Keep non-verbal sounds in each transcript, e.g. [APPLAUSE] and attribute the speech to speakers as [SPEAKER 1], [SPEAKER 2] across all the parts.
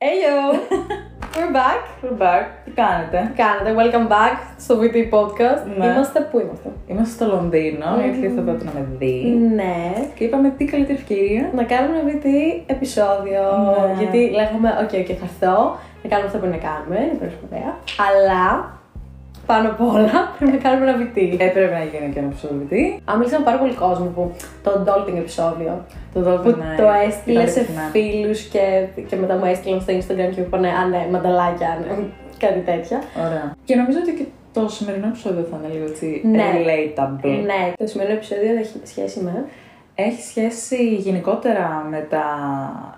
[SPEAKER 1] Hello! We're back!
[SPEAKER 2] We're back. Τι κάνετε.
[SPEAKER 1] Τι κάνετε, welcome back στο VT Podcast.
[SPEAKER 2] Ναι.
[SPEAKER 1] Είμαστε πού είμαστε.
[SPEAKER 2] Είμαστε στο Λονδίνο,
[SPEAKER 1] Μμμ.
[SPEAKER 2] γιατί ήρθατε εδώ να με δει.
[SPEAKER 1] Ναι.
[SPEAKER 2] Και είπαμε τι καλύτερη ευκαιρία.
[SPEAKER 1] Να κάνουμε VT επεισόδιο.
[SPEAKER 2] Ναι.
[SPEAKER 1] Γιατί λέγαμε, οκ, οκ, θα έρθω. Να κάνουμε αυτό που είναι να κάνουμε, να παίρνουμε ωραία. Αλλά πάνω απ' όλα [LAUGHS] πρέπει να κάνουμε ένα VT.
[SPEAKER 2] Έπρεπε να γίνει και ένα ψωβητή.
[SPEAKER 1] Αν μίλησαμε πάρα πολύ κόσμο που το adulting επεισόδιο.
[SPEAKER 2] Το δω
[SPEAKER 1] Που το έστειλε σε φίλους και, και μετά μου έστειλαν στο Instagram και μου είπανε Α, ναι, μανταλάκια, ναι, [LAUGHS] κάτι τέτοια.
[SPEAKER 2] Ωραία. Και νομίζω ότι και το σημερινό επεισόδιο θα είναι λίγο έτσι
[SPEAKER 1] Ναι.
[SPEAKER 2] relatable.
[SPEAKER 1] Ναι, το σημερινό επεισόδιο έχει σχέση με.
[SPEAKER 2] Έχει σχέση γενικότερα με, τα...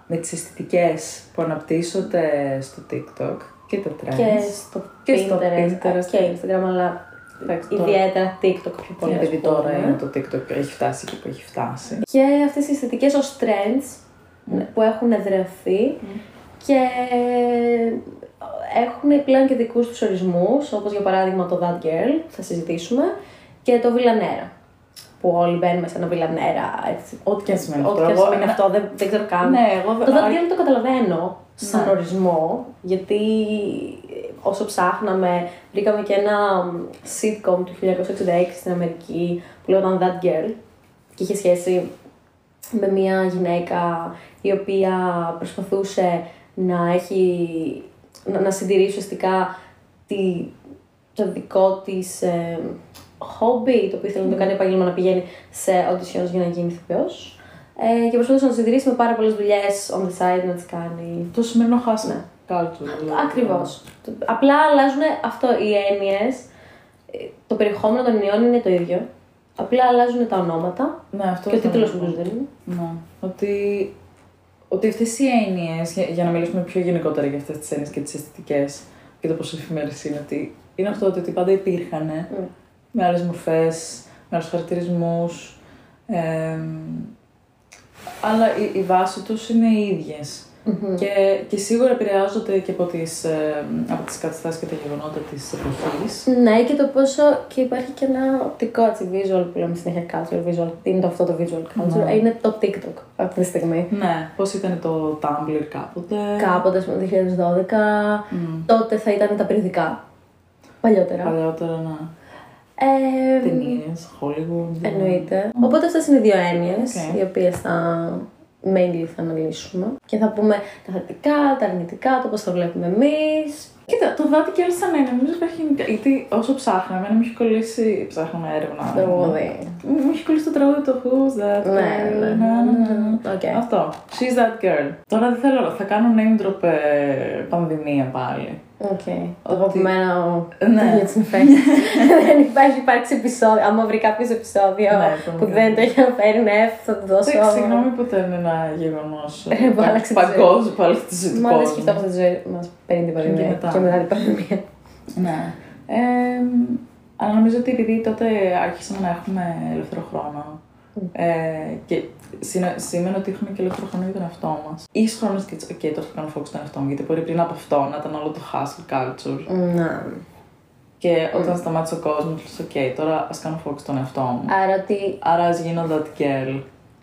[SPEAKER 2] με τις αισθητικές που αναπτύσσονται στο TikTok και τα trends.
[SPEAKER 1] και στο
[SPEAKER 2] Και στο
[SPEAKER 1] Pinterest,
[SPEAKER 2] Pinterest.
[SPEAKER 1] και Instagram, αλλά
[SPEAKER 2] Εντάξει, τώρα-
[SPEAKER 1] ιδιαίτερα TikTok πιο πολύ.
[SPEAKER 2] Πολύ
[SPEAKER 1] ας
[SPEAKER 2] παιδί τώρα ε.
[SPEAKER 1] πούμε.
[SPEAKER 2] είναι το TikTok που έχει φτάσει και που έχει φτάσει.
[SPEAKER 1] Και αυτές οι αισθητικές ως trends που έχουν εδρεωθεί και έχουν πλέον και δικούς τους ορισμούς, όπως για παράδειγμα το That Girl, θα συζητήσουμε, και το Villanera, που όλοι μπαίνουμε σε ένα Villanera, έτσι.
[SPEAKER 2] Ό,τι και αν σημαίνει
[SPEAKER 1] Ό,τι
[SPEAKER 2] αυτό.
[SPEAKER 1] και αν
[SPEAKER 2] Εγώ-
[SPEAKER 1] σημαίνει αυτό, δεν, δεν ξέρω καν.
[SPEAKER 2] Ναι, εγώ
[SPEAKER 1] Το That Girl το καταλαβαίνω σαν
[SPEAKER 2] Ναι.
[SPEAKER 1] ορισμό, γιατί όσο ψάχναμε, βρήκαμε και ένα sitcom του 1966 στην Αμερική που λέγονταν That Girl και είχε σχέση με μια γυναίκα η οποία προσπαθούσε να έχει, να, να συντηρήσει ουσιαστικά τη, το δικό της ε, χόμπι, το οποίο ήθελε να το κάνει επάγγελμα να πηγαίνει σε auditions για να γίνει ηθοποιός. Ε, και προσπαθούσε να το συντηρήσει με πάρα πολλές δουλειές on the side να τις κάνει.
[SPEAKER 2] Το σημερινό χάσμα. Culture. δηλαδή.
[SPEAKER 1] Ναι. Ακριβώς. Το- Απλά αλλάζουν αυτό οι έννοιες. Ε, Το περιεχόμενο των ενιών είναι το ίδιο. Απλά αλλάζουν τα ονόματα
[SPEAKER 2] Ναι, αυτό
[SPEAKER 1] και ο
[SPEAKER 2] θα
[SPEAKER 1] τίτλος
[SPEAKER 2] πω.
[SPEAKER 1] που τους δίνουν.
[SPEAKER 2] Ναι. Ότι, ότι αυτές οι έννοιες, για, για να μιλήσουμε πιο γενικότερα για αυτές τις έννοιες και τις αισθητικές και το πόσο εφημερίες είναι, ότι είναι αυτό ότι, ότι πάντα υπήρχαν
[SPEAKER 1] Mm.
[SPEAKER 2] με άλλες μορφές, με άλλους χαρακτηρισμούς. αλλά η, η βάση τους είναι οι ίδιες.
[SPEAKER 1] Μμμ.
[SPEAKER 2] Και, και σίγουρα επηρεάζονται και από τις, ε, από τις καταστάσεις και τα γεγονότα της εποχής.
[SPEAKER 1] Ναι, και το πόσο. και υπάρχει και ένα οπτικό έτσι, visual που λέμε συνέχεια culture. Visual. Τι είναι το αυτό το visual culture.
[SPEAKER 2] Ναι.
[SPEAKER 1] Είναι το TikTok αυτή τη στιγμή.
[SPEAKER 2] Ναι, πώς ήταν το Tumblr κάποτε.
[SPEAKER 1] Κάποτε, ας πούμε, το 2012.
[SPEAKER 2] Ναι. Μμμ.
[SPEAKER 1] Τότε θα ήταν τα περιοδικά. Παλιότερα.
[SPEAKER 2] Παλαιότερα, ναι.
[SPEAKER 1] Ε,
[SPEAKER 2] Ταινίε, Hollywood.
[SPEAKER 1] εννοείται. Οπότε αυτές είναι οι δύο έννοιες
[SPEAKER 2] Οκ.
[SPEAKER 1] οι οποίες θα mainly θα αναλύσουμε. Και θα πούμε τα θετικά, τα αρνητικά, το πώς το βλέπουμε εμείς.
[SPEAKER 2] Κοίτα, το δάτι και άρχισα να είναι. Νομίζω υπάρχει. Γιατί όσο ψάχναμε, να μου έχει κολλήσει. Ψάχναμε έρευνα.
[SPEAKER 1] Τραγούδι.
[SPEAKER 2] Μου μου έχει κολλήσει το τραγούδι το Who's That
[SPEAKER 1] Ναι,
[SPEAKER 2] Girl.
[SPEAKER 1] ναι.
[SPEAKER 2] Να, να, να.
[SPEAKER 1] Οκ.
[SPEAKER 2] Αυτό. She's that girl. Τώρα δεν θέλω. Θα κάνω name drop ε, πανδημία πάλι.
[SPEAKER 1] Οκ. Το αγαπημένο
[SPEAKER 2] Ναι.
[SPEAKER 1] για τις νεφές. δεν υπάρχει υπάρξει επεισόδιο. Άμα βρει κάποιος επεισόδιο
[SPEAKER 2] Ναι,
[SPEAKER 1] που
[SPEAKER 2] πραγματικά.
[SPEAKER 1] δεν το έχει αναφέρει, ναι, θα το δώσω.
[SPEAKER 2] Εντάξει, συγγνώμη που ήταν ένα γεγονός.
[SPEAKER 1] Ε, που άλλαξε τη ζωή.
[SPEAKER 2] Παγκόσμιο, που άλλαξε τη ζωή του
[SPEAKER 1] Μα δεν
[SPEAKER 2] κόσμου.
[SPEAKER 1] σκεφτόμαστε τη ζωή μας πριν την
[SPEAKER 2] Και
[SPEAKER 1] πανδημία
[SPEAKER 2] μετά.
[SPEAKER 1] και μετά την πανδημία.
[SPEAKER 2] Ναι. Ε, αλλά νομίζω ότι επειδή τότε άρχισαμε να έχουμε ελεύθερο χρόνο ε, και συνε- σήμαινε ότι είχαμε και ελεύθερο χρόνο για τον εαυτό μας. Ίσως χρόνος και έτσι, οκ, τώρα θα κάνω focus στον εαυτό μου, γιατί μπορεί πριν από αυτό να ήταν όλο το hustle culture. Ναι.
[SPEAKER 1] Να.
[SPEAKER 2] Και όταν σταμάτησε ο κόσμος, λες οκ, τώρα ας κάνω focus στον εαυτό μου.
[SPEAKER 1] Άρα ότι.
[SPEAKER 2] Άρα ας γίνω that girl.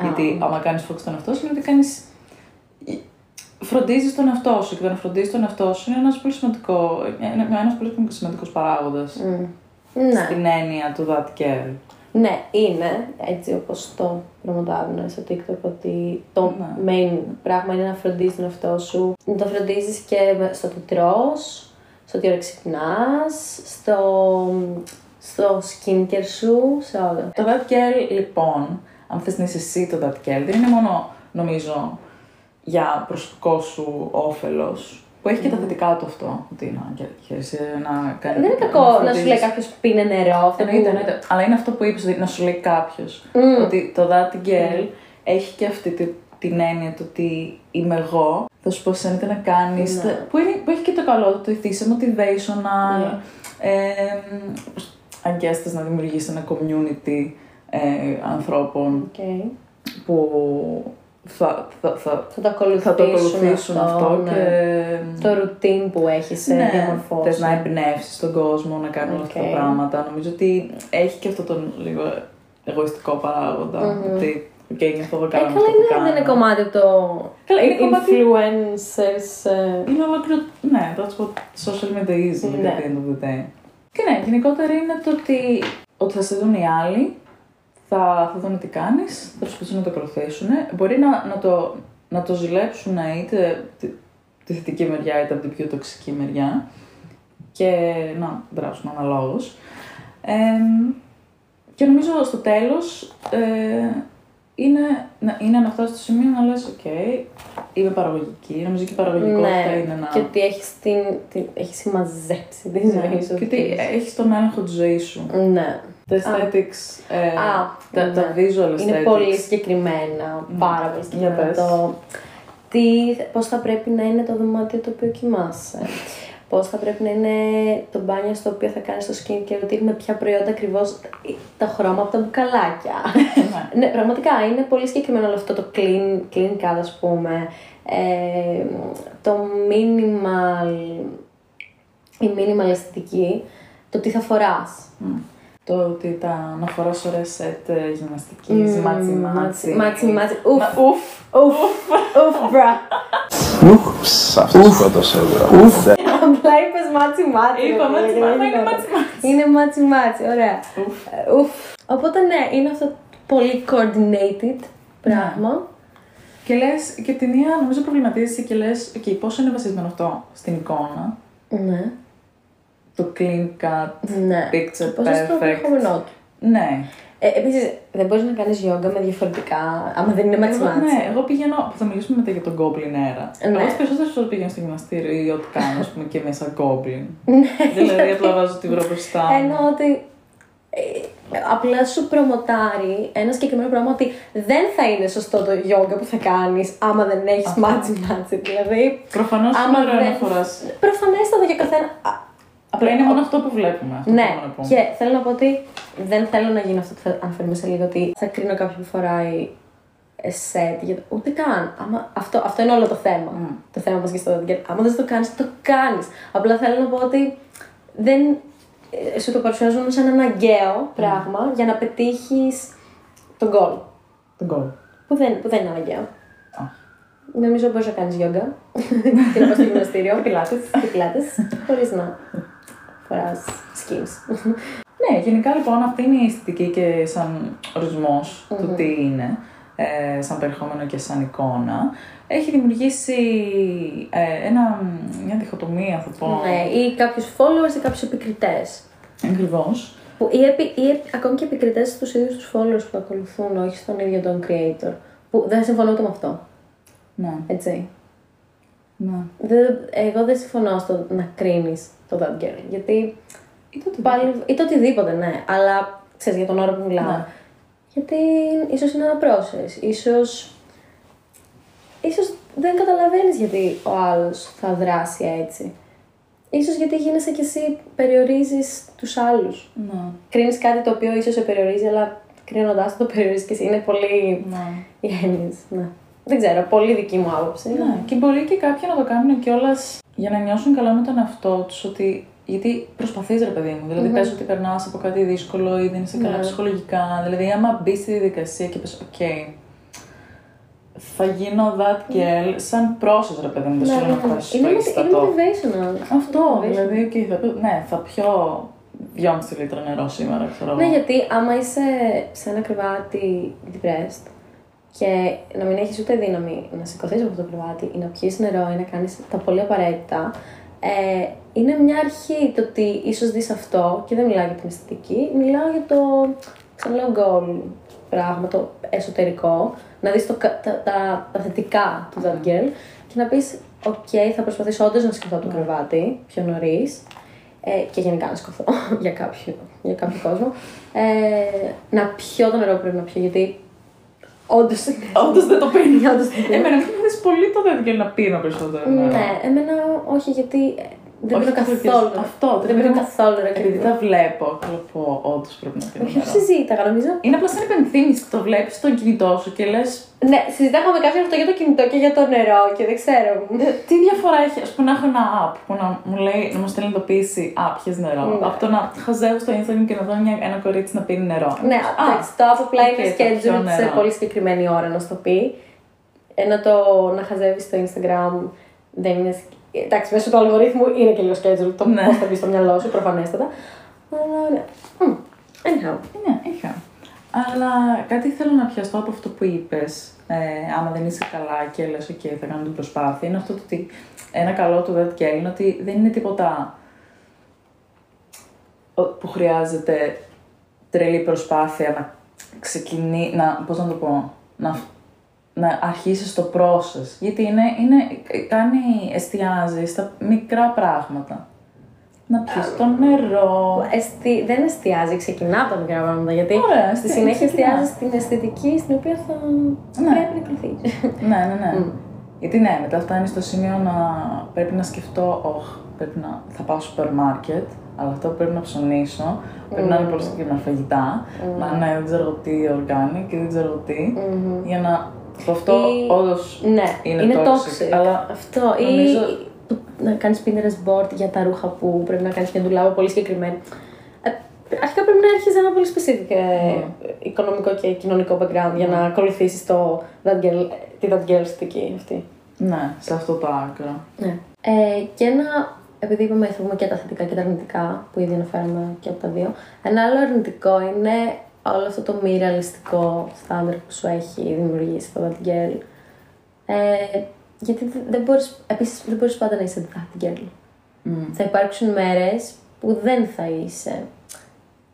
[SPEAKER 2] Γιατί άμα κάνεις focus στον εαυτό σου, δηλαδή είναι ότι κάνεις. Φροντίζεις τον εαυτό σου και το να φροντίζεις τον εαυτό σου είναι ένας πολύ σημαντικό, ε, ένας πολύ σημαντικός παράγοντας
[SPEAKER 1] μ, Ναι.
[SPEAKER 2] την έννοια του that girl.
[SPEAKER 1] Ναι, είναι έτσι όπως το προμοτάρουν στο TikTok ότι το
[SPEAKER 2] Ναι.
[SPEAKER 1] main πράγμα είναι να φροντίζεις τον εαυτό σου. Να το φροντίζεις και με- στο τι τρως, στο τι ώρα ξυπνάς, στο, στο skincare σου, σε όλα.
[SPEAKER 2] Το that girl, λοιπόν, αν θες να είσαι εσύ το that girl, δεν είναι μόνο, νομίζω, για προσωπικό σου όφελος, που έχει και τα θετικά του αυτό, ότι να χαίρεσαι Ε, να κάνει.
[SPEAKER 1] Δεν είναι κακό να σου λέει κάποιο πίνε νερό. Αυτό που-
[SPEAKER 2] Εννοείται, εννοείται. Αλλά είναι αυτό που είπες, ότι να σου λέει κάποιος. Ότι το that girl έχει και αυτή τη- την έννοια του ότι είμαι εγώ, θα σου πω σένετε να κάνεις,
[SPEAKER 1] Ναι.
[SPEAKER 2] τα- που, είναι- που έχει και το καλό του, ότι είσαι motivational,
[SPEAKER 1] Ναι.
[SPEAKER 2] ε, αγκέστας να δημιουργήσεις ένα community ε, ανθρώπων
[SPEAKER 1] Οκ.
[SPEAKER 2] που θα, θα, θα,
[SPEAKER 1] Θα το ακολουθήσουν,
[SPEAKER 2] θα το ακολουθήσουν αυτό,
[SPEAKER 1] ναι.
[SPEAKER 2] και
[SPEAKER 1] Το routine που έχει
[SPEAKER 2] ναι,
[SPEAKER 1] διαμορφώσεις.
[SPEAKER 2] θες να εμπνεύσεις τον κόσμο να κάνουν αυτά τα
[SPEAKER 1] Οκ.
[SPEAKER 2] πράγματα. Νομίζω ότι έχει και αυτό τον λίγο εγωιστικό παράγοντα, Ότι Οκ, νιώθω εγώ
[SPEAKER 1] Ε,
[SPEAKER 2] καλά.
[SPEAKER 1] καλά,
[SPEAKER 2] με αυτό που
[SPEAKER 1] είναι,
[SPEAKER 2] κάνω.
[SPEAKER 1] δεν είναι κομμάτι από το.
[SPEAKER 2] Καλά, είναι κομμάτι.
[SPEAKER 1] Influencers. ε,
[SPEAKER 2] Είναι ολόκληρο. Ναι, that's what social media is.
[SPEAKER 1] Ναι.
[SPEAKER 2] Ναι. At the end of the day. Και ναι, γενικότερα είναι το ότι, ότι θα σε δουν οι άλλοι, θα, θα δουν τι κάνεις, θα προσπαθήσουν να το ακολουθήσουν. Μπορεί να, να το, να το ζηλέψουν είτε τη, τη θετική μεριά είτε από την πιο τοξική μεριά και να δράσουν αναλόγω. και νομίζω στο τέλος ε, είναι, να, είναι να φτάσεις στο σημείο να λες «Οκ, είμαι παραγωγική». Νομίζω και η παραγωγικότητα είναι ένα...
[SPEAKER 1] Ναι, και ότι έχεις την, την, έχεις συμμαζέψει τη
[SPEAKER 2] Ναι,
[SPEAKER 1] ζωή σου.
[SPEAKER 2] και ότι έχεις τον έλεγχο της ζωής σου.
[SPEAKER 1] Ναι.
[SPEAKER 2] Τα aesthetics, ε,
[SPEAKER 1] Α,
[SPEAKER 2] τα,
[SPEAKER 1] ναι.
[SPEAKER 2] τα visual aesthetics.
[SPEAKER 1] Είναι πολύ συγκεκριμένα, πάρα πολύ συγκεκριμένα
[SPEAKER 2] πες.
[SPEAKER 1] το τι, πώς θα πρέπει να είναι το δωμάτιο το οποίο κοιμάσαι. Πώς θα πρέπει να είναι το μπάνιο στο οποίο θα κάνεις το skincare, ότι με ποια προϊόντα ακριβώς τα χρώμα από τα μπουκαλάκια.
[SPEAKER 2] [LAUGHS] Ναι.
[SPEAKER 1] ναι, πραγματικά είναι πολύ συγκεκριμένο όλο αυτό το clean, clean cut ας πούμε. Ε, το minimal, η minimal αισθητική, το τι θα φοράς.
[SPEAKER 2] Μμ. Το ότι τα αναφορά ωραία σετ ε, γυμναστικής,
[SPEAKER 1] Μμμ,
[SPEAKER 2] μάτσι μάτσι.
[SPEAKER 1] Μάτσι, μάτσι. Ουφ,
[SPEAKER 2] Μα- Ουφ.
[SPEAKER 1] ουφ, ουφ, μπρα.
[SPEAKER 3] Ούφ, αυτό σκότωσε εγώ. Ούφ,
[SPEAKER 1] Απλά είπες μάτσι μάτσι.
[SPEAKER 2] Είπα
[SPEAKER 1] ρε φίλε,
[SPEAKER 2] μάτσι
[SPEAKER 1] δεν
[SPEAKER 2] μάτσι, είναι
[SPEAKER 1] γινόταν.
[SPEAKER 2] μάτσι μάτσι.
[SPEAKER 1] Είναι μάτσι μάτσι, ωραία. Ε, Ουφ. Οπότε ναι, είναι αυτό πολύ
[SPEAKER 2] Ναι.
[SPEAKER 1] coordinated πράγμα.
[SPEAKER 2] Και λες, και την ταινία νομίζω προβληματίζεσαι και λες, οκ, πόσο είναι βασισμένο αυτό στην εικόνα,
[SPEAKER 1] Ναι.
[SPEAKER 2] το clean cut,
[SPEAKER 1] Ναι.
[SPEAKER 2] picture
[SPEAKER 1] Πώς είναι το
[SPEAKER 2] perfect.
[SPEAKER 1] περιεχόμενό του.
[SPEAKER 2] Ναι.
[SPEAKER 1] Ε, Επίσης, δεν μπορείς να κάνεις γιόγκα με διαφορετικά, άμα δεν είναι μάτσι
[SPEAKER 2] Εγώ,
[SPEAKER 1] μάτσι.
[SPEAKER 2] ναι, εγώ πηγαίνω, που θα μιλήσουμε μετά για τον Goblin Era.
[SPEAKER 1] Ναι.
[SPEAKER 2] Εγώ τις περισσότερες φορές πηγαίνω στο γυμναστήριο ή ό,τι κάνω, ας πούμε, και μέσα Goblin. δηλαδή, απλά βάζω τη βρω μπροστά. μου.
[SPEAKER 1] Ναι. Ενώ ότι. ε, Απλά σου προμοτάρει ένα συγκεκριμένο πράγμα ότι δεν θα είναι σωστό το γιόγκα που θα κάνεις άμα δεν έχεις μάτσι μάτσι. Δηλαδή,
[SPEAKER 2] Προφανώς
[SPEAKER 1] Άμα
[SPEAKER 2] είναι ωραίο
[SPEAKER 1] δεν-
[SPEAKER 2] να φοράς.
[SPEAKER 1] προφανέστατα για καθένα. Α,
[SPEAKER 2] Απλά είναι μόνο αυτό που βλέπουμε. Αυτό
[SPEAKER 1] Ναι,
[SPEAKER 2] θέλω να πω.
[SPEAKER 1] και θέλω να πω ότι δεν θέλω να γίνει αυτό που θα αναφέρουμε σε λίγο, ότι θα κρίνω κάποιον που φοράει ε, σετ. γιατί- Ούτε καν. Άμα, αυτό, αυτό είναι όλο το θέμα.
[SPEAKER 2] Ναι.
[SPEAKER 1] Το θέμα μας και στο Δέντγκερ. Άμα δεν το κάνεις, το κάνεις. Απλά θέλω να πω ότι δεν, ε, σου το παρουσιάζουν σαν ένα
[SPEAKER 2] Ναι.
[SPEAKER 1] αναγκαίο πράγμα για να πετύχεις τον γκολ.
[SPEAKER 2] Τον κόλ.
[SPEAKER 1] Που δεν, που δεν είναι αναγκαίο.
[SPEAKER 2] Α.
[SPEAKER 1] Νομίζω μπορείς να κάνεις
[SPEAKER 2] [LAUGHS]
[SPEAKER 1] γιόγκα και να πας στο γυμναστήριο. και πιλάτες. Χωρίς να φοράς skins.
[SPEAKER 2] Ναι, γενικά λοιπόν αυτή είναι η αισθητική και σαν ορισμος του τι είναι, ε, σαν περιεχόμενο και σαν εικόνα. Έχει δημιουργήσει ε, ένα, μια διχοτομία, θα πω.
[SPEAKER 1] Ναι, ή κάποιους followers ή κάποιους επικριτές.
[SPEAKER 2] Ακριβώς.
[SPEAKER 1] Ή, επι, ή επι- ακόμη και επικριτές στους ίδιους τους followers που ακολουθούν, όχι στον ίδιο τον creator. Που δεν συμφωνώ ούτε με αυτό.
[SPEAKER 2] Ναι,
[SPEAKER 1] Έτσι.
[SPEAKER 2] ναι.
[SPEAKER 1] Δεν- εγώ δεν συμφωνώ στο να κρίνεις το That Girl. Γιατί
[SPEAKER 2] Ή το ότι-
[SPEAKER 1] πάλι. ή το οτιδήποτε, ναι. Αλλά ξέρεις για τον όρο που μιλάμε.
[SPEAKER 2] Ναι.
[SPEAKER 1] Γιατί ίσως είναι ένα process. Ίσως, ίσως δεν καταλαβαίνεις γιατί ο άλλος θα δράσει έτσι. Ίσως γιατί γίνεσαι κι εσύ περιορίζεις τους άλλους.
[SPEAKER 2] Ναι,
[SPEAKER 1] κρίνεις κάτι το οποίο ίσως σε περιορίζει, αλλά κρίνοντάς το, το περιορίζει και εσύ. Είναι πολύ.
[SPEAKER 2] ναι.
[SPEAKER 1] οι έννοιες, ναι. Δεν ξέρω, πολύ δική μου άποψη.
[SPEAKER 2] Ναι, και μπορεί και κάποιοι να το κάνουν κιόλας για να νιώσουν καλά με τον εαυτό τους. Ότι... Γιατί προσπαθείς, ρε παιδί μου. Δηλαδή,
[SPEAKER 1] Ναι.
[SPEAKER 2] πες ότι περνάς από κάτι δύσκολο ή δεν είσαι καλά ψυχολογικά. Δηλαδή, άμα μπεις στη διαδικασία και πες, Οκ, θα γίνω that girl, σαν πρόσωπο, ρε παιδί μου. Δεν σου λέω να φτάσει στο
[SPEAKER 1] Ναι. Είναι, motiv- είναι
[SPEAKER 2] ίστατο.
[SPEAKER 1] motivational.
[SPEAKER 2] Αυτό,
[SPEAKER 1] motivation.
[SPEAKER 2] δηλαδή, οκ, θα πει, ναι, θα πιω 2,5 λίτρα νερό σήμερα, ξέρω
[SPEAKER 1] Ναι,
[SPEAKER 2] εγώ.
[SPEAKER 1] γιατί άμα είσαι σε ένα κρεβάτι depressed και να μην έχεις ούτε δύναμη να σηκωθείς από αυτό το κρεβάτι ή να πιει νερό ή να κάνεις τα πολύ απαραίτητα, ε, είναι μια αρχή το ότι ίσως δεις αυτό και δεν μιλάω για την αισθητική, μιλάω για το ξαναλέω goal πράγμα, το εσωτερικό, να δεις το, κα- τα, τα, τα θετικά του that girl και να πεις «Οκ, θα προσπαθήσω όντως να σκεφτώ
[SPEAKER 2] Ναι.
[SPEAKER 1] το κρεβάτι πιο νωρίς ε, και γενικά να σκοθώ [LAUGHS] για κάποιο, για κάποιο κόσμο, ε, να πιω το νερό που πρέπει να πιω, γιατί όντως
[SPEAKER 2] Όντως δεν το Ε, πίνει.
[SPEAKER 1] Ναι, [LAUGHS] Όντως δεν το πίνω.
[SPEAKER 2] Εμένα μου αρέσει πολύ το that girl να πίνω περισσότερο. νερό.
[SPEAKER 1] ναι, εμένα Ναι. όχι, γιατί ε, Δεν
[SPEAKER 2] Όχι
[SPEAKER 1] πίνω
[SPEAKER 2] καθόλου.
[SPEAKER 1] καθόλου.
[SPEAKER 2] Αυτό,
[SPEAKER 1] Δεν πίνω καθόλου ρε
[SPEAKER 2] Επειδή
[SPEAKER 1] κρίμα.
[SPEAKER 2] τα βλέπω, θέλω να πω, όντως πρέπει να πίνω.
[SPEAKER 1] Όχι,
[SPEAKER 2] νερό.
[SPEAKER 1] συζήταγα νομίζω.
[SPEAKER 2] Είναι απλά σαν υπενθύμηση που το βλέπεις στον κινητό σου και λες.
[SPEAKER 1] Ναι, συζητάγαμε με κάποιον αυτό για το κινητό και για το νερό και δεν ξέρω.
[SPEAKER 2] Τι διαφορά έχει, ας πούμε, να έχω ένα app που να μου λέει να μου στέλνει ειδοποίηση Α, πιες νερό.
[SPEAKER 1] Ναι.
[SPEAKER 2] Από το να χαζεύω στο Instagram και να δω μια, ένα κορίτσι να πίνει νερό.
[SPEAKER 1] Ναι,
[SPEAKER 2] Α,
[SPEAKER 1] εντάξει, το app απλά
[SPEAKER 2] οκ,
[SPEAKER 1] είναι
[SPEAKER 2] θα πιω
[SPEAKER 1] schedule σε
[SPEAKER 2] νερό.
[SPEAKER 1] πολύ συγκεκριμένη ώρα να σου το πει. Ενώ το να χαζεύεις στο Instagram δεν είναι. σκ- Εντάξει, μέσω του αλγορίθμου είναι και λίγο schedule το
[SPEAKER 2] Ναι.
[SPEAKER 1] πώς θα μπει στο μυαλό σου, προφανέστατα. Αλλά ναι. Μμ, Anyhow.
[SPEAKER 2] Ναι, είχα. Αλλά κάτι θέλω να πιαστώ από αυτό που είπες. Ε, άμα δεν είσαι καλά και λες, OK, θα κάνω την προσπάθεια. Είναι αυτό το ότι ένα καλό του That Girl είναι ότι δεν είναι τίποτα ο- που χρειάζεται τρελή προσπάθεια να ξεκινήσει. Να, πώς να το πω, να, να αρχίσεις το process. Γιατί είναι, είναι, κάνει, εστιάζει στα μικρά πράγματα. Να πιεις το νερό.
[SPEAKER 1] Εστι... Δεν εστιάζει, ξεκινά από τα μικρά πράγματα. Γιατί
[SPEAKER 2] Ωραία,
[SPEAKER 1] στη
[SPEAKER 2] εστια-
[SPEAKER 1] συνέχεια
[SPEAKER 2] ξεκινά.
[SPEAKER 1] εστιάζει στην αισθητική στην οποία θα
[SPEAKER 2] Ναι.
[SPEAKER 1] πρέπει να κρυφθεί.
[SPEAKER 2] Ναι, ναι, ναι.
[SPEAKER 1] Μμ.
[SPEAKER 2] Γιατί ναι, μετά φτάνει στο σημείο να πρέπει να σκεφτώ, Ωχ, πρέπει να θα πάω στο σούπερ μάρκετ, αλλά αυτό που πρέπει να ψωνίσω. Πρέπει να είναι πολύ συγκεκριμένα φαγητά. Να ναι, δεν ξέρω τι οργάνη και δεν ξέρω τι. Για να. το αυτό
[SPEAKER 1] Ή-
[SPEAKER 2] όντω
[SPEAKER 1] Ναι,
[SPEAKER 2] είναι,
[SPEAKER 1] είναι,
[SPEAKER 2] toxic,
[SPEAKER 1] toxic.
[SPEAKER 2] Αλλά
[SPEAKER 1] Αυτό. Ή
[SPEAKER 2] Νομίζω-
[SPEAKER 1] το- να κάνεις Pinterest board για τα ρούχα που πρέπει να κάνεις μια δουλάβα πολύ συγκεκριμένη. Ε, Αρχικά πρέπει να έχει ένα πολύ specific ε, οικονομικό και κοινωνικό background για να ακολουθήσεις το that girl, ε, τη that girl στική αυτή.
[SPEAKER 2] ναι, σε αυτό το άκρο.
[SPEAKER 1] Ναι. Ε, και ένα, επειδή είπαμε θυμούμε και τα θετικά και τα αρνητικά, που ήδη αναφέραμε και από τα δύο, ένα άλλο αρνητικό είναι όλο αυτό το μη ρεαλιστικό στάνταρ που σου έχει δημιουργήσει το That Girl. Ε, γιατί δε- δεν μπορείς, επίσης δεν μπορείς πάντα να είσαι That Girl. Θα υπάρξουν μέρες που δεν θα είσαι.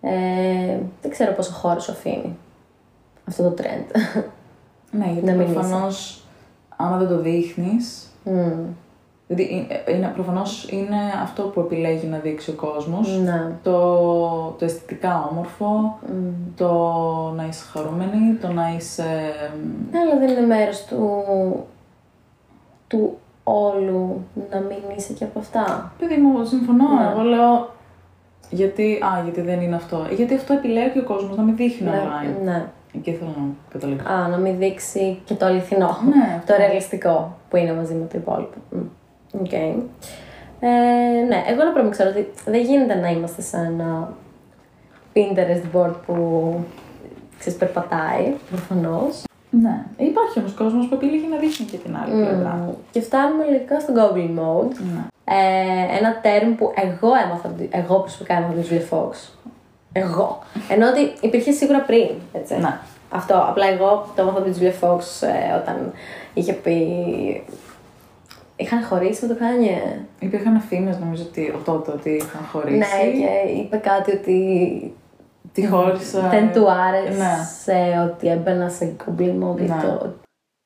[SPEAKER 1] Ε, δεν ξέρω πόσο χώρο σου αφήνει αυτό το trend.
[SPEAKER 2] Ναι, γιατί
[SPEAKER 1] Να μην είσαι.
[SPEAKER 2] προφανώς άμα δεν το δείχνεις,
[SPEAKER 1] Mm,
[SPEAKER 2] Δηλαδή, ε, είναι, προφανώς είναι αυτό που επιλέγει να δείξει ο κόσμος.
[SPEAKER 1] [LAUGHS] Ναι.
[SPEAKER 2] Το, το αισθητικά όμορφο, το να είσαι χαρούμενη, το να είσαι...
[SPEAKER 1] Ναι, αλλά δεν είναι μέρος του, του όλου να μην είσαι και από αυτά.
[SPEAKER 2] Παιδί μου, συμφωνώ.
[SPEAKER 1] Ναι.
[SPEAKER 2] Εγώ λέω... Γιατί, α, γιατί δεν είναι αυτό. Ε, Γιατί αυτό επιλέγει ο κόσμος, να μην δείχνει online.
[SPEAKER 1] ναι.
[SPEAKER 2] Εκεί θέλω να καταλήξω.
[SPEAKER 1] Α, να μην δείξει και το αληθινό.
[SPEAKER 2] Ναι,
[SPEAKER 1] το
[SPEAKER 2] αυτό.
[SPEAKER 1] ρεαλιστικό που είναι μαζί με το υπόλοιπο. Μμ. Οκ. Ε, ναι, εγώ να πρέπει να ξέρω ότι δεν γίνεται να είμαστε σαν ένα Pinterest board που ξεσπερπατάει, προφανώς.
[SPEAKER 2] Ναι. Ε, Υπάρχει όμως κόσμος που επιλέγει να δείχνει και την άλλη πλευρά. Ναι.
[SPEAKER 1] Και φτάνουμε λογικά στο goblin mode. Ε, ένα term που εγώ έμαθα, από τη- εγώ προσωπικά έμαθα από τη Julia Fox. Εγώ. Ενώ ότι υπήρχε σίγουρα πριν, έτσι.
[SPEAKER 2] Ναι.
[SPEAKER 1] Αυτό. Απλά εγώ το έμαθα από τη Julia Fox ε, όταν είχε πει... Είχαν χωρίσει με το Κάνιε.
[SPEAKER 2] Υπήρχαν φήμες νομίζω ότι τότε ότι είχαν χωρίσει.
[SPEAKER 1] Ναι, και είπε κάτι ότι
[SPEAKER 2] Τη χώρισα.
[SPEAKER 1] δεν του άρεσε
[SPEAKER 2] Ναι.
[SPEAKER 1] ότι έμπαινα σε goblin mode.
[SPEAKER 2] Ναι.
[SPEAKER 1] Το...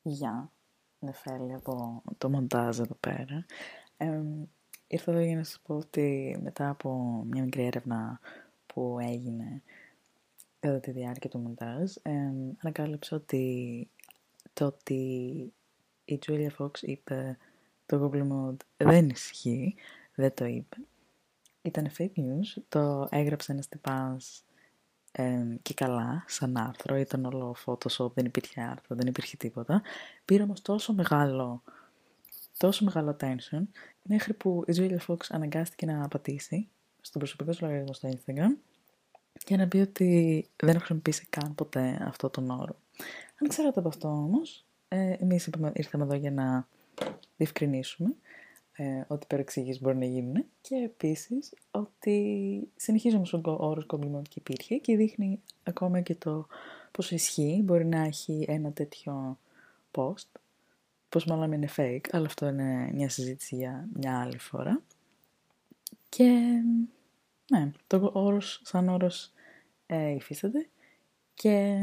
[SPEAKER 2] Γεια, Νεφέλη από το μοντάζ εδώ πέρα. Ε, ήρθα εδώ για να σας πω ότι μετά από μια μικρή έρευνα που έγινε κατά τη διάρκεια του μοντάζ, ε, ανακάλυψα ότι το ότι η Julia Fox είπε το Google Mode δεν ισχύει, δεν το είπε. Ήταν fake news, το έγραψε ένας τυπάς ε, και καλά, σαν άρθρο, ήταν όλο Photoshop, δεν υπήρχε άρθρο, δεν υπήρχε τίποτα. Πήρε όμως τόσο μεγάλο, τόσο μεγάλο attention, μέχρι που η Julia Fox αναγκάστηκε να πατήσει στον προσωπικό σου λογαριασμό στο Instagram για να πει ότι δεν έχω χρησιμοποιήσει καν ποτέ αυτό τον όρο. Αν ξέρατε από αυτό όμως, ε, εμείς είπαμε, ήρθαμε εδώ για να διευκρινίσουμε ε, ότι υπερεξηγήσεις μπορεί να γίνουν και επίσης ότι συνεχίζει όμως ο κο- όρος compliment και υπήρχε και δείχνει ακόμα και το πόσο ισχύει, μπορεί να έχει ένα τέτοιο post, πως μάλλον είναι fake, αλλά αυτό είναι μια συζήτηση για μια άλλη φορά. Και ναι, το όρος σαν όρος ε, υφίσταται και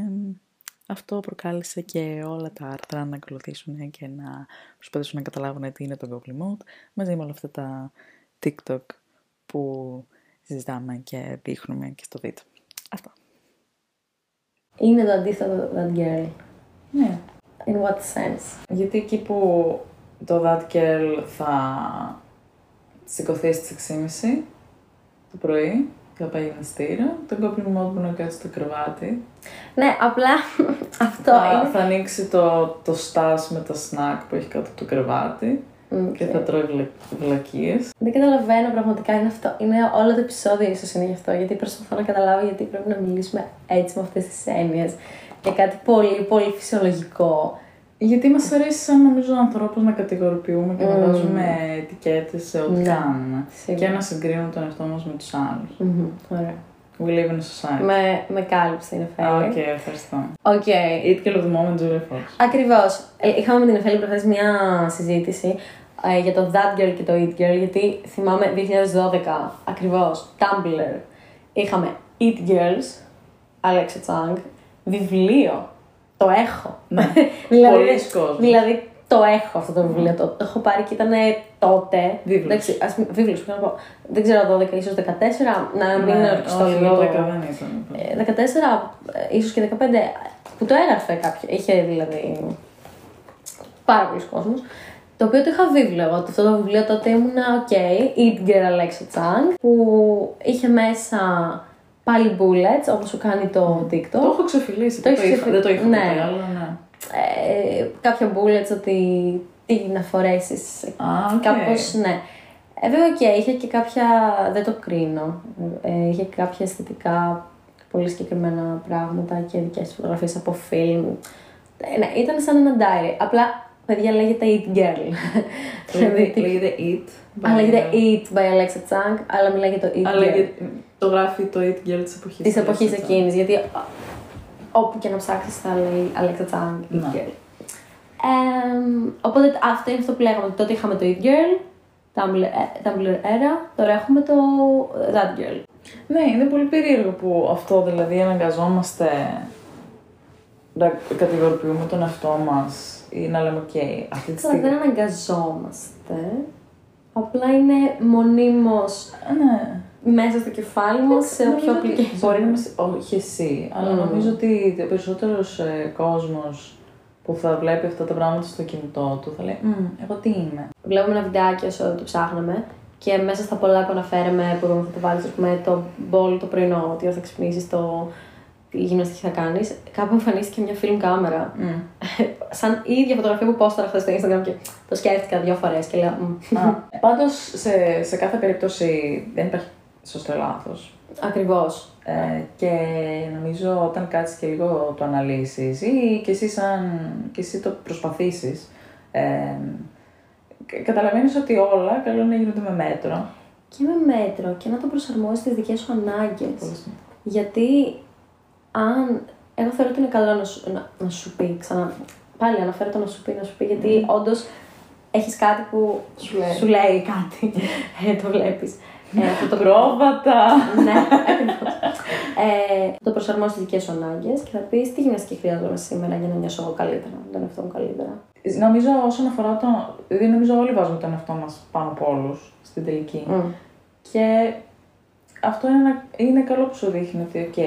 [SPEAKER 2] αυτό προκάλεσε και όλα τα άρθρα να ακολουθήσουν και να προσπαθήσουν να καταλάβουν τι είναι το Google Mode μαζί με όλα αυτά τα TikTok που συζητάμε και δείχνουμε και στο βίντεο. Αυτά.
[SPEAKER 1] Είναι το αντίθετο that girl.
[SPEAKER 2] Ναι.
[SPEAKER 1] In what sense.
[SPEAKER 2] Γιατί εκεί που το That Girl θα σηκωθεί στις 6.30 το πρωί και θα πάει γυμναστήριο. Τον κόκκινο μου να κάτσει στο κρεβάτι.
[SPEAKER 1] Ναι, απλά [LAUGHS] αυτό
[SPEAKER 2] Θα,
[SPEAKER 1] είναι.
[SPEAKER 2] θα ανοίξει το, το στάς με τα σνακ που έχει κάτω από το κρεβάτι
[SPEAKER 1] Μμ,
[SPEAKER 2] και θα τρώει βλα- βλακίες.
[SPEAKER 1] Δεν καταλαβαίνω πραγματικά. Είναι, αυτό. είναι όλο το επεισόδιο ίσως είναι γι' αυτό. Γιατί προσπαθώ να καταλάβω γιατί πρέπει να μιλήσουμε έτσι με αυτές τις έννοιες. Για κάτι πολύ, πολύ φυσιολογικό.
[SPEAKER 2] Γιατί μας αρέσει σαν νομίζω ανθρώπους να κατηγοριοποιούμε και να
[SPEAKER 1] Μμμ.
[SPEAKER 2] βάζουμε ετικέτες σε ό,τι
[SPEAKER 1] Ναι.
[SPEAKER 2] κάνουμε.
[SPEAKER 1] Σίγουρα.
[SPEAKER 2] Και να συγκρίνουμε τον εαυτό μας με τους άλλους.
[SPEAKER 1] Μμμ, ωραία.
[SPEAKER 2] We live in a society.
[SPEAKER 1] Με, με κάλυψε η
[SPEAKER 2] Α,
[SPEAKER 1] Νεφέλη.
[SPEAKER 2] Οκ, ευχαριστώ.
[SPEAKER 1] Οκ.
[SPEAKER 2] Eat kill of the moment, Julia Fox.
[SPEAKER 1] Ακριβώς. Ε, Είχαμε με την Εφέλη προχθές μια συζήτηση ε, για το That Girl και το It Girl, γιατί θυμάμαι 2012 ακριβώς, Tumblr. Είχαμε It Girls, Alexa Chang, βιβλίο. Το έχω.
[SPEAKER 2] Ναι.
[SPEAKER 1] [LAUGHS] δηλαδή,
[SPEAKER 2] Πολλοί κόσμοι.
[SPEAKER 1] δηλαδή, το έχω αυτό το βιβλίο. Το, το έχω πάρει και ήταν τότε.
[SPEAKER 2] Βίβλος.
[SPEAKER 1] Εντάξει, ας, μην- βίβλος, πρέπει να πω. Δεν ξέρω, 12, ίσω 14, να μην είναι ορκιστό
[SPEAKER 2] Ναι, όχι,
[SPEAKER 1] λίγο το-
[SPEAKER 2] 12 δεν ήταν. ναι.
[SPEAKER 1] ε, 14, ε, ίσως και 15, που το έγραφε κάποιο. Είχε δηλαδή πάρα πολλούς κόσμος. Το οποίο το είχα βίβλιο εγώ. Αυτό το βιβλίο τότε ήμουνα οκ. It Girl Alexa Chang. Που είχε μέσα πάλι bullets, όπως σου κάνει το
[SPEAKER 2] Το
[SPEAKER 1] TikTok.
[SPEAKER 2] έχω ξεφυλίσει.
[SPEAKER 1] Το
[SPEAKER 2] δεν Το
[SPEAKER 1] έχεις
[SPEAKER 2] είχα- δεν το είχα
[SPEAKER 1] ξεφυ-
[SPEAKER 2] ποτέ,
[SPEAKER 1] ναι.
[SPEAKER 2] αλλά ναι.
[SPEAKER 1] Ε, κάποια bullets ότι τι να φορέσεις.
[SPEAKER 2] Α, οκ.
[SPEAKER 1] Κάπως, ναι. Ε, βέβαια και είχε και κάποια, δεν το κρίνω, ε, είχε και κάποια αισθητικά πολύ συγκεκριμένα πράγματα και δικές φωτογραφίες από φιλμ. Ε, ναι, ήταν σαν ένα diary. Απλά, παιδιά, λέγεται It Girl. δηλαδή,
[SPEAKER 2] Λέγεται- Λέγεται Eat.
[SPEAKER 1] αλλά λέγεται It by Alexa Chang, αλλά μιλάει για το It
[SPEAKER 2] Αλλά
[SPEAKER 1] Girl.
[SPEAKER 2] και- το γράφει το It Girl της εποχής.
[SPEAKER 1] Της εποχής εκείνης, γιατί όπου και να ψάξεις θα λέει Alexa Chang, It
[SPEAKER 2] Ναι.
[SPEAKER 1] Girl. Εμ, οπότε αυτό είναι αυτό που λέγαμε. ότι Τότε είχαμε το It Girl, Tumblr, ε, Tumblr era, τώρα έχουμε το ε, That Girl.
[SPEAKER 2] Ναι, είναι πολύ περίεργο που αυτό δηλαδή αναγκαζόμαστε να κατηγοριοποιούμε τον εαυτό μας ή να λέμε, OK, αυτή τη
[SPEAKER 1] Τώρα
[SPEAKER 2] στιγμή.
[SPEAKER 1] δεν αναγκαζόμαστε. Απλά είναι μονίμως
[SPEAKER 2] Ναι.
[SPEAKER 1] μέσα στο κεφάλι μας σε
[SPEAKER 2] Νομίζω
[SPEAKER 1] όποιο
[SPEAKER 2] ότι
[SPEAKER 1] application.
[SPEAKER 2] Μπορεί να είμαστε. Όχι εσύ, αλλά
[SPEAKER 1] Mm.
[SPEAKER 2] νομίζω ότι ο περισσότερος κόσμος που θα βλέπει αυτά τα πράγματα στο κινητό του θα λέει «Μμ, εγώ τι
[SPEAKER 1] [LAUGHS]
[SPEAKER 2] είμαι.
[SPEAKER 1] Βλέπουμε ένα βιντεάκι όσο το ψάχναμε και μέσα στα πολλά που αναφέραμε που θα το βάλεις, ας πούμε, το μπολ το πρωινό, τι ώρα θα ξυπνήσεις, το τι γυμναστική θα κάνεις. Κάπου εμφανίστηκε μια film κάμερα.
[SPEAKER 2] Μμ.
[SPEAKER 1] [LAUGHS] σαν η ίδια φωτογραφία που πόσταρα χθες στο Instagram και το σκέφτηκα δύο φορές και λέω. «Μμ».
[SPEAKER 2] Πάντω, ε, σε, σε κάθε περίπτωση δεν υπάρχει σωστό ή λάθος.
[SPEAKER 1] Ακριβώς.
[SPEAKER 2] Ε, και νομίζω όταν κάτσεις και λίγο το αναλύσεις ή και εσύ, σαν, και εσύ το προσπαθήσεις, ε, κα- καταλαβαίνεις ότι όλα καλό είναι να γίνονται με μέτρο.
[SPEAKER 1] Και με μέτρο και να το προσαρμόσεις στις δικές σου ανάγκες. Γιατί αν. Εγώ θεωρώ ότι είναι καλό να σου, να, να σου πει ξανά. Πάλι αναφέρω το να σου πει, να σου πει, γιατί όντως έχεις κάτι που
[SPEAKER 2] Σου λέει.
[SPEAKER 1] σου λέει κάτι. ε, το βλέπεις. Ε, αυτό το
[SPEAKER 2] Πρόβατα!
[SPEAKER 1] ναι, ακριβώς. ε, το προσαρμόσει στις δικές σου ανάγκες και θα πεις τι γυμναστική χρειάζομαι σήμερα για να νιώσω εγώ καλύτερα, τον εαυτό μου καλύτερα.
[SPEAKER 2] Νομίζω όσον αφορά το... Δηλαδή νομίζω όλοι βάζουμε τον εαυτό μας πάνω από όλους στην τελική.
[SPEAKER 1] Μμ.
[SPEAKER 2] Και αυτό είναι, ένα- είναι καλό που σου δείχνει ότι, ok,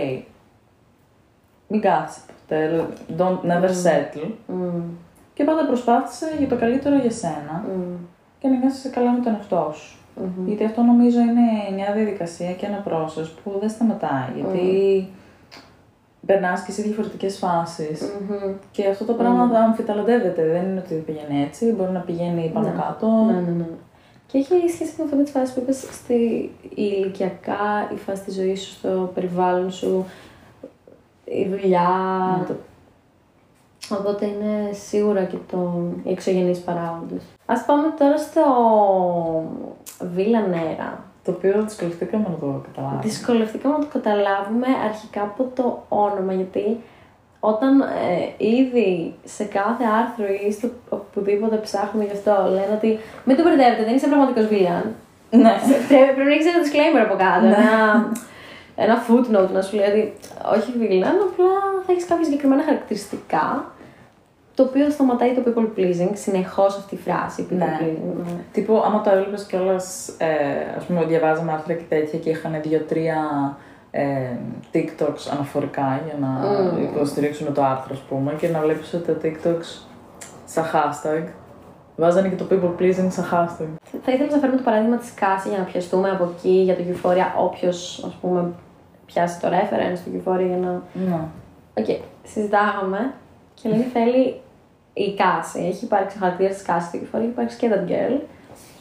[SPEAKER 2] μην κάθεσαι ποτέ, don't never settle.
[SPEAKER 1] Μμ.
[SPEAKER 2] Και πάντα προσπάθησε για το καλύτερο για σένα
[SPEAKER 1] Μμ.
[SPEAKER 2] και να νιώσεις καλά με τον εαυτό σου.
[SPEAKER 1] Μμμ.
[SPEAKER 2] Γιατί αυτό νομίζω είναι μια διαδικασία και ένα process που δεν σταματάει. Γιατί περνάς και σε διαφορετικές φάσεις.
[SPEAKER 1] Μμμ.
[SPEAKER 2] Και αυτό το πράγμα θα αμφιταλαντεύεται. Δεν είναι ότι πηγαίνει έτσι, μπορεί να πηγαίνει πάνω κάτω.
[SPEAKER 1] Ναι, ναι, ναι. Και έχει σχέση με αυτό με τι φάσει που είπες στη η ηλικιακά, η φάση της ζωής σου, στο περιβάλλον σου, η δουλειά. Το... Οπότε είναι σίγουρα και το... οι εξωγενείς παράγοντες. Ας πάμε τώρα στο Βίλα Νέρα.
[SPEAKER 2] Το οποίο δυσκολευτήκαμε να το καταλάβουμε.
[SPEAKER 1] Δυσκολευτήκαμε να το καταλάβουμε αρχικά από το όνομα, γιατί όταν ε, ήδη σε κάθε άρθρο ή στο οπουδήποτε ψάχνουμε γι' αυτό, λένε ότι μην το μπερδεύετε, δεν είσαι πραγματικός βίλιαν.
[SPEAKER 2] Ναι.
[SPEAKER 1] πρέπει, πρέπει να έχεις ένα disclaimer από κάτω, ένα, ένα footnote να σου λέει ότι όχι βίλιαν, απλά θα έχεις κάποια συγκεκριμένα χαρακτηριστικά. Το οποίο σταματάει το people pleasing, συνεχώς αυτή η φράση. People
[SPEAKER 2] Ναι.
[SPEAKER 1] pleasing. ναι.
[SPEAKER 2] Τύπου, άμα το έβλεπε κιόλας, ε, ας πούμε, διαβάζαμε άρθρα και τέτοια και είχαν δύο-τρία ε, TikToks αναφορικά για να υποστηρίξουν το άρθρο, ας πούμε, και να βλέπεις ότι τα TikToks σαν hashtag βάζανε και το people pleasing σαν hashtag.
[SPEAKER 1] θα ήθελα να φέρουμε το παράδειγμα της Κάση για να πιαστούμε από εκεί για το Euphoria. Όποιος, ας πούμε, πιάσει το reference του Euphoria για να.
[SPEAKER 2] Ναι.
[SPEAKER 1] Οκ, συζητάγαμε και λέει θέλει η Κάση. Έχει υπάρξει ο χαρακτήρας της Κάσης του Euphoria, έχει υπάρξει και that girl.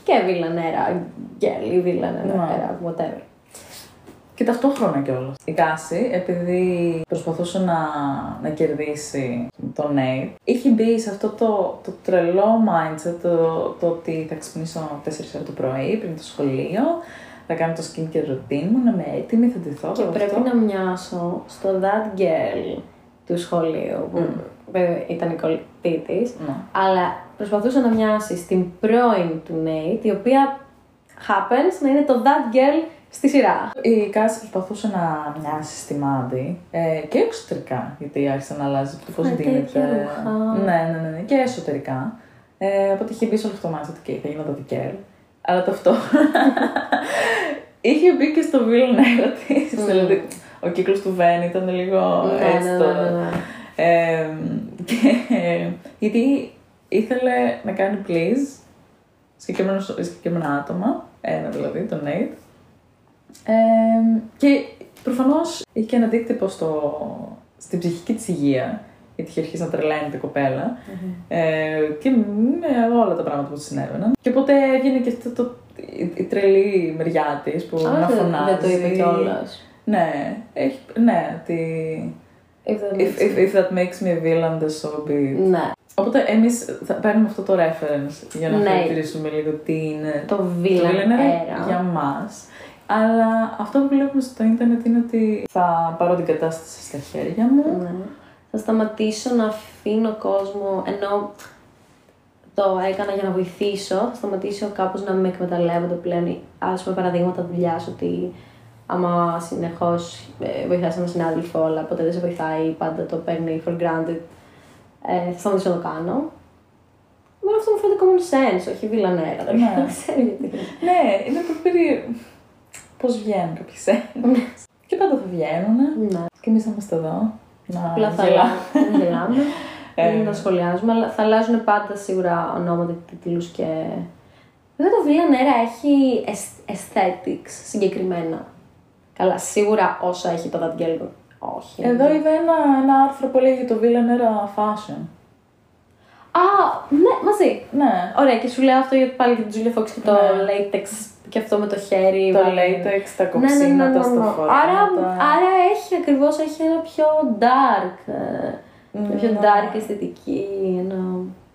[SPEAKER 1] Και βίλανερα girl ή βίλανερα whatever.
[SPEAKER 2] Και ταυτόχρονα κιόλας. Η Κάση, επειδή προσπαθούσε να, να κερδίσει τον Νέιτ, είχε μπει σε αυτό το, το τρελό mindset το, το ότι θα ξυπνήσω 4 ώρα το πρωί πριν το σχολείο, θα κάνω το skincare routine μου, να είμαι έτοιμη, θα ντυθώ.
[SPEAKER 1] Και
[SPEAKER 2] θα
[SPEAKER 1] πρέπει
[SPEAKER 2] αυτό.
[SPEAKER 1] να μοιάσω στο that girl του σχολείου που βέβαια ήταν η κολλητή τη.
[SPEAKER 2] Ναι.
[SPEAKER 1] Αλλά προσπαθούσε να μοιάσει στην πρώην του Nate, η οποία happens να είναι το that girl στη σειρά.
[SPEAKER 2] Η Κάση προσπαθούσε να μοιάσει στη Μάντι ε, και εξωτερικά, γιατί άρχισε να αλλάζει το πώς
[SPEAKER 1] Α,
[SPEAKER 2] δίνεται.
[SPEAKER 1] τέτοια ρούχα.
[SPEAKER 2] Ναι, ναι, ναι, ναι, και εσωτερικά. Ε, οπότε είχε μπει σε όλο αυτό το mindset ότι θα γίνω το δικαίρ. Αλλά
[SPEAKER 1] [LAUGHS]
[SPEAKER 2] ταυτόχρονα είχε μπει και στο βιλνέρο τη.
[SPEAKER 1] Μμμ.
[SPEAKER 2] Δηλαδή, ο κύκλος του Βέν ήταν λίγο
[SPEAKER 1] Mm. ναι,
[SPEAKER 2] έτσι
[SPEAKER 1] ναι,
[SPEAKER 2] το-
[SPEAKER 1] ναι, ναι, ναι.
[SPEAKER 2] ε, [LAUGHS] και, γιατί ήθελε να κάνει please συγκεκριμένα, συγκεκριμένα άτομα, ένα δηλαδή, τον Nate. Ε, και προφανώς είχε και ένα αντίκτυπο στο, στην ψυχική της υγεία, γιατί είχε αρχίσει να τρελαίνεται η κοπέλα.
[SPEAKER 1] Mm-hmm.
[SPEAKER 2] Ε, και με όλα τα πράγματα που της συνέβαιναν. Και οπότε έγινε και αυτό το, η, η τρελή μεριά της που
[SPEAKER 1] Α,
[SPEAKER 2] να
[SPEAKER 1] δεν-
[SPEAKER 2] φωνάζει.
[SPEAKER 1] Δεν το είπε κιόλας.
[SPEAKER 2] Ναι, έχει, ναι, ότι If, if, if that makes me a villain, the so be it.
[SPEAKER 1] Ναι,
[SPEAKER 2] Οπότε εμείς θα παίρνουμε αυτό το reference για να
[SPEAKER 1] Ναι.
[SPEAKER 2] χαρακτηρίσουμε λίγο τι είναι
[SPEAKER 1] το
[SPEAKER 2] το villain
[SPEAKER 1] villain
[SPEAKER 2] era για
[SPEAKER 1] era.
[SPEAKER 2] μας. Αλλά αυτό που βλέπουμε στο ίντερνετ είναι ότι θα πάρω την κατάσταση στα χέρια μου.
[SPEAKER 1] Ναι. Θα σταματήσω να αφήνω κόσμο, ενώ το έκανα για να βοηθήσω, θα σταματήσω κάπως να με εκμεταλλεύονται πλέον. Ας πούμε παραδείγματα δουλειάς ότι άμα συνεχώς ε, βοηθάς έναν συνάδελφο, αλλά ποτέ δεν σε βοηθάει, πάντα το παίρνει for granted, ε, θα σταματήσω να το κάνω. Μόνο αυτό μου φαίνεται common sense, όχι βιλανέρα.
[SPEAKER 2] Ναι.
[SPEAKER 1] Δεν ξέρω γιατί.
[SPEAKER 2] Ναι, είναι πολύ περίεργο. Πώς βγαίνουν κάποιε έννοιε. και πάντα θα βγαίνουν.
[SPEAKER 1] Ναι.
[SPEAKER 2] Και εμεί θα είμαστε εδώ. Να
[SPEAKER 1] Απλά θα
[SPEAKER 2] γελάμε.
[SPEAKER 1] αλλα- δεν [LAUGHS] μιλάμε,
[SPEAKER 2] Ε.
[SPEAKER 1] δεν τα σχολιάζουμε, αλλά θα αλλάζουν πάντα σίγουρα ονόματα και τίτλους και... Βέβαια το Villain Era έχει αισθ- aesthetics συγκεκριμένα. Καλά, σίγουρα όσα έχει το That Girl, όχι.
[SPEAKER 2] Εδώ είδα ένα, ένα άρθρο που λέγεται το Villain Era Fashion.
[SPEAKER 1] Α, ναι, μαζί.
[SPEAKER 2] Ναι.
[SPEAKER 1] Ωραία, και σου λέω αυτό γιατί πάλι την Julia Fox και το
[SPEAKER 2] Ναι.
[SPEAKER 1] latex και αυτό με το χέρι.
[SPEAKER 2] Το
[SPEAKER 1] βάλε-
[SPEAKER 2] latex, τα
[SPEAKER 1] Ναι, ναι, ναι, ναι,
[SPEAKER 2] κοψίματα
[SPEAKER 1] ναι.
[SPEAKER 2] στα φοράματα.
[SPEAKER 1] Άρα, άρα έχει ακριβώς έχει ένα πιο dark, ε, μια πιο
[SPEAKER 2] Ναι.
[SPEAKER 1] dark αισθητική, ένα...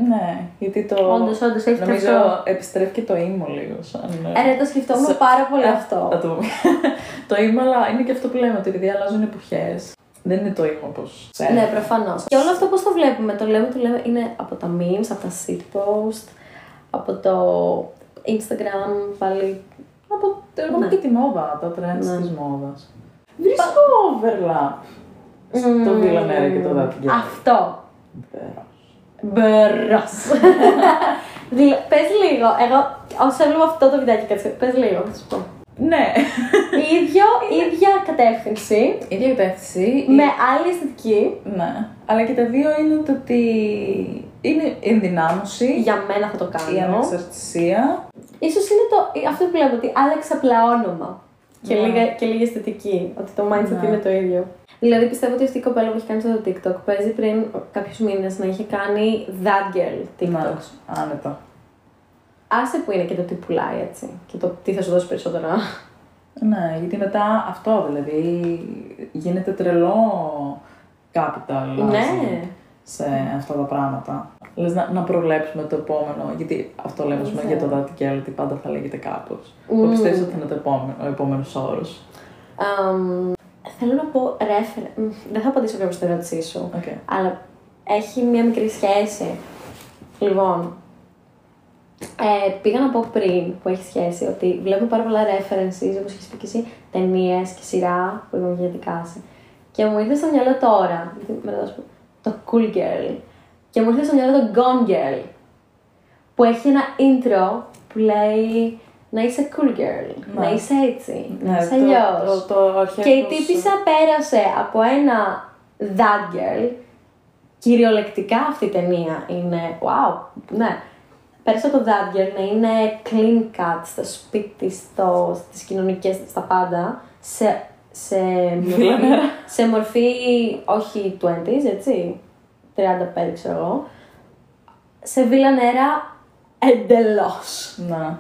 [SPEAKER 2] Ναι, γιατί το.
[SPEAKER 1] Όντως, όντως, έχει και αυτό.
[SPEAKER 2] Νομίζω επιστρέφει και το ήμο λίγο. Σαν...
[SPEAKER 1] Ε, Ρε, το σκεφτόμουν
[SPEAKER 2] Σε-
[SPEAKER 1] πάρα πολύ
[SPEAKER 2] Ε,
[SPEAKER 1] αυτό.
[SPEAKER 2] Θα το πούμε. [LAUGHS] το ήμο, αλλά είναι και αυτό που λέμε ότι επειδή αλλάζουν εποχές. Δεν είναι το ήμο όπω ξέρουμε.
[SPEAKER 1] Ναι, προφανώς. Και όλο αυτό πώς το βλέπουμε. Το λέμε, το λέμε είναι από τα memes, από τα sit post, από το Instagram πάλι.
[SPEAKER 2] Από, εγώ
[SPEAKER 1] Ναι.
[SPEAKER 2] και τη μόδα, τα trends
[SPEAKER 1] Ναι.
[SPEAKER 2] της τη μόδας. Βρίσκω overlap. Στο Βιλανέρα και το δάκτυλο.
[SPEAKER 1] Αυτό.
[SPEAKER 2] Βέρος.
[SPEAKER 1] Μπερό.
[SPEAKER 2] [LAUGHS]
[SPEAKER 1] Πες λίγο. Εγώ, όσο έβλεπα αυτό το βιντεάκι, κάτσε. Πες λίγο, θα σου
[SPEAKER 2] [LAUGHS]
[SPEAKER 1] πω.
[SPEAKER 2] Ναι.
[SPEAKER 1] ίδιο, ίδια κατεύθυνση,
[SPEAKER 2] Η ίδια κατεύθυνση.
[SPEAKER 1] με άλλη αισθητική.
[SPEAKER 2] Ναι. Αλλά και τα δύο είναι το ότι είναι ενδυνάμωση.
[SPEAKER 1] Για μένα θα το κάνω.
[SPEAKER 2] Η ανεξαρτησία.
[SPEAKER 1] Ίσως είναι το, ε, αυτό που λέμε ότι άλλαξε απλά όνομα. Και,
[SPEAKER 2] Ναι.
[SPEAKER 1] λίγα, και λίγη αισθητική. Ότι το mindset
[SPEAKER 2] Ναι.
[SPEAKER 1] είναι το ίδιο. Δηλαδή πιστεύω ότι αυτή η κοπέλα που έχει κάνει στο TikTok παίζει πριν κάποιους μήνες να είχε κάνει That Girl TikTok.
[SPEAKER 2] Ναι, Άνετα.
[SPEAKER 1] Άσε που είναι και το τι πουλάει έτσι. Και το τι θα σου δώσει περισσότερα.
[SPEAKER 2] Ναι, γιατί μετά αυτό δηλαδή γίνεται τρελό capital
[SPEAKER 1] ναι.
[SPEAKER 2] ναι. σε αυτά τα πράγματα. Λες να, να προβλέψουμε το επόμενο, γιατί αυτό λέμε ας πούμε,
[SPEAKER 1] Ναι.
[SPEAKER 2] για το δάτη και άλλο, ότι πάντα θα λέγεται κάπως.
[SPEAKER 1] Μμμ.
[SPEAKER 2] Που πιστεύεις ότι θα είναι το επόμενο, ο επόμενος όρος.
[SPEAKER 1] Αμ, θέλω να πω ρέφερε. μ, Δεν θα απαντήσω βέβαια στην ερώτησή σου.
[SPEAKER 2] Οκ.
[SPEAKER 1] αλλά έχει μία μικρή σχέση. Λοιπόν, ε, πήγα να πω πριν που έχει σχέση ότι βλέπουμε πάρα πολλά references, όπως έχεις πει και εσύ, ταινίες και σειρά που είπαμε για την Κάση. Και μου ήρθε στο μυαλό τώρα, γιατί μετά θα σου πω, το Cool Girl. Και μου ήρθε στο μυαλό το Gone Girl, που έχει ένα intro που λέει να είσαι cool girl, να
[SPEAKER 2] Ναι.
[SPEAKER 1] είσαι έτσι, να
[SPEAKER 2] Ναι,
[SPEAKER 1] είσαι
[SPEAKER 2] το-
[SPEAKER 1] αλλιώς.
[SPEAKER 2] το- το αρχαίο
[SPEAKER 1] Και η
[SPEAKER 2] σου-
[SPEAKER 1] τύπησα πέρασε από ένα that girl. Κυριολεκτικά αυτή η ταινία είναι. Wow, ναι. πέρασε από το Dadger να είναι clean cut στο σπίτι, στο, στις κοινωνικές, στα πάντα, σε, σε, μορφή, σε μορφή, όχι 20s, έτσι, 35 ξέρω εγώ, σε Βίλα Νέρα εντελώς.
[SPEAKER 2] Να.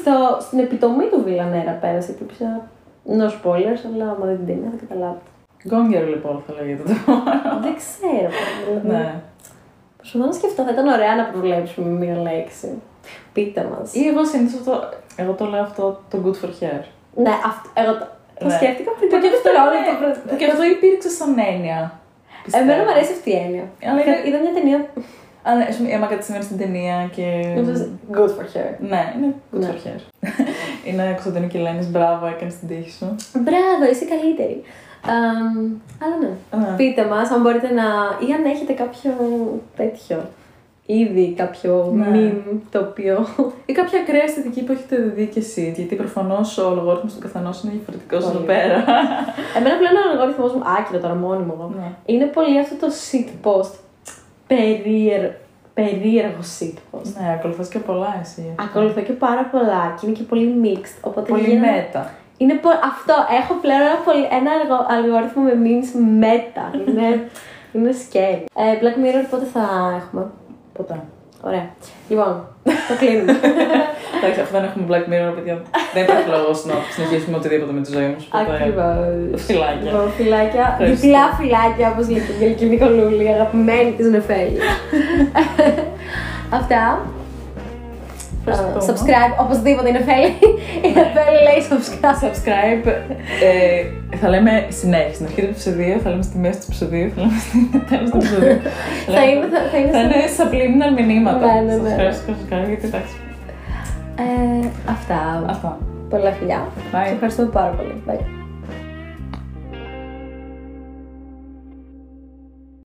[SPEAKER 1] στο, στην επιτομή του Βίλα Νέρα πέρασε και πήσα, no spoilers, αλλά άμα δεν την τίνει θα καταλάβετε.
[SPEAKER 2] Γκόγκερ λοιπόν θα λέγεται το
[SPEAKER 1] δεν ξέρω. δηλαδή.
[SPEAKER 2] Ναι.
[SPEAKER 1] Προσπαθώ να σκεφτώ, θα ήταν ωραία να προβλέψουμε μία λέξη. Πείτε μας.
[SPEAKER 2] Ή εγώ συνήθως αυτό. Εγώ το λέω αυτό το good for hair.
[SPEAKER 1] Ναι, αυτό. Εγώ το, το
[SPEAKER 2] Ναι.
[SPEAKER 1] σκέφτηκα πριν το
[SPEAKER 2] και αυτό
[SPEAKER 1] δευτερόλεπτο.
[SPEAKER 2] Που και αυτό υπήρξε σαν έννοια. πιστεύω.
[SPEAKER 1] Ε, Εμένα μου αρέσει αυτή η έννοια.
[SPEAKER 2] Αλλά είναι-
[SPEAKER 1] Είδα μια ταινία.
[SPEAKER 2] Α, ναι, ας πούμε, Έμα κάτι σήμερα στην ταινία και.
[SPEAKER 1] Good for her.
[SPEAKER 2] Ναι, είναι good
[SPEAKER 1] Ναι.
[SPEAKER 2] for hair. [LAUGHS] είναι Κωνσταντίνο και λένε μπράβο, έκανες την τύχη σου.
[SPEAKER 1] Μπράβο, είσαι καλύτερη. Αμ, Αλλά ναι.
[SPEAKER 2] Ναι.
[SPEAKER 1] Πείτε μας αν μπορείτε να. ή αν έχετε κάποιο τέτοιο. Ήδη κάποιο
[SPEAKER 2] Ναι.
[SPEAKER 1] meme το οποίο.
[SPEAKER 2] Ή κάποια ακραία αισθητική που έχετε δει κι εσεί. Γιατί προφανώς ο λογαριασμό του καθενός είναι διαφορετικός εδώ
[SPEAKER 1] Πολύ.
[SPEAKER 2] πέρα.
[SPEAKER 1] Εμένα πλέον ο αλγόριθμος μου. Άκυρο τώρα, μόνιμο εγώ.
[SPEAKER 2] [LAUGHS] Ναι.
[SPEAKER 1] Είναι πολύ αυτό το sit post. Περίεργο, περίεργο sit post.
[SPEAKER 2] ναι, ακολουθώ και πολλά εσύ.
[SPEAKER 1] Ακολουθώ και πάρα πολλά και είναι και πολύ mixed. Οπότε
[SPEAKER 2] Πολύ
[SPEAKER 1] βγαίνουν-
[SPEAKER 2] μέτα.
[SPEAKER 1] Είναι πο- Αυτό, έχω πλέον ένα, πολύ... ένα αλγο- αλγόριθμο με memes meta. είναι, είναι scary. Ε, Black Mirror πότε θα έχουμε.
[SPEAKER 2] Ποτέ.
[SPEAKER 1] Ωραία. Λοιπόν, το κλείνουμε.
[SPEAKER 2] Εντάξει, αφού δεν έχουμε Black Mirror, παιδιά, δεν υπάρχει λόγος να συνεχίσουμε οτιδήποτε με τη ζωή μας.
[SPEAKER 1] Ακριβώς.
[SPEAKER 2] Φυλάκια.
[SPEAKER 1] Λοιπόν, φυλάκια.
[SPEAKER 2] Ευχαριστώ.
[SPEAKER 1] Διπλά φυλάκια, όπως λέει και η Αγγελική Νικολούλη, αγαπημένη της
[SPEAKER 2] [LAUGHS]
[SPEAKER 1] Νεφέλης. Αυτά.
[SPEAKER 2] Ευχαριστούμε.
[SPEAKER 1] Uh, subscribe, οπωσδήποτε η Νεφέλη. Η Νεφέλη λέει subscribe.
[SPEAKER 2] Ναι. subscribe. Ε, θα λέμε συνέχεια. Στην αρχή του επεισοδίου, θα λέμε στη μέση του επεισοδίου, θα λέμε [LAUGHS] στο τέλος του επεισοδίου.
[SPEAKER 1] Θα είναι, θα, θα είναι
[SPEAKER 2] θα
[SPEAKER 1] σαν-
[SPEAKER 2] είναι subliminal μηνύματα.
[SPEAKER 1] Ναι, ναι, ναι.
[SPEAKER 2] Subscribe, subscribe, γιατί εντάξει.
[SPEAKER 1] Ε, αυτά.
[SPEAKER 2] Αυτά.
[SPEAKER 1] Πολλά φιλιά.
[SPEAKER 2] Bye.
[SPEAKER 1] Σε ευχαριστώ πάρα πολύ. Bye.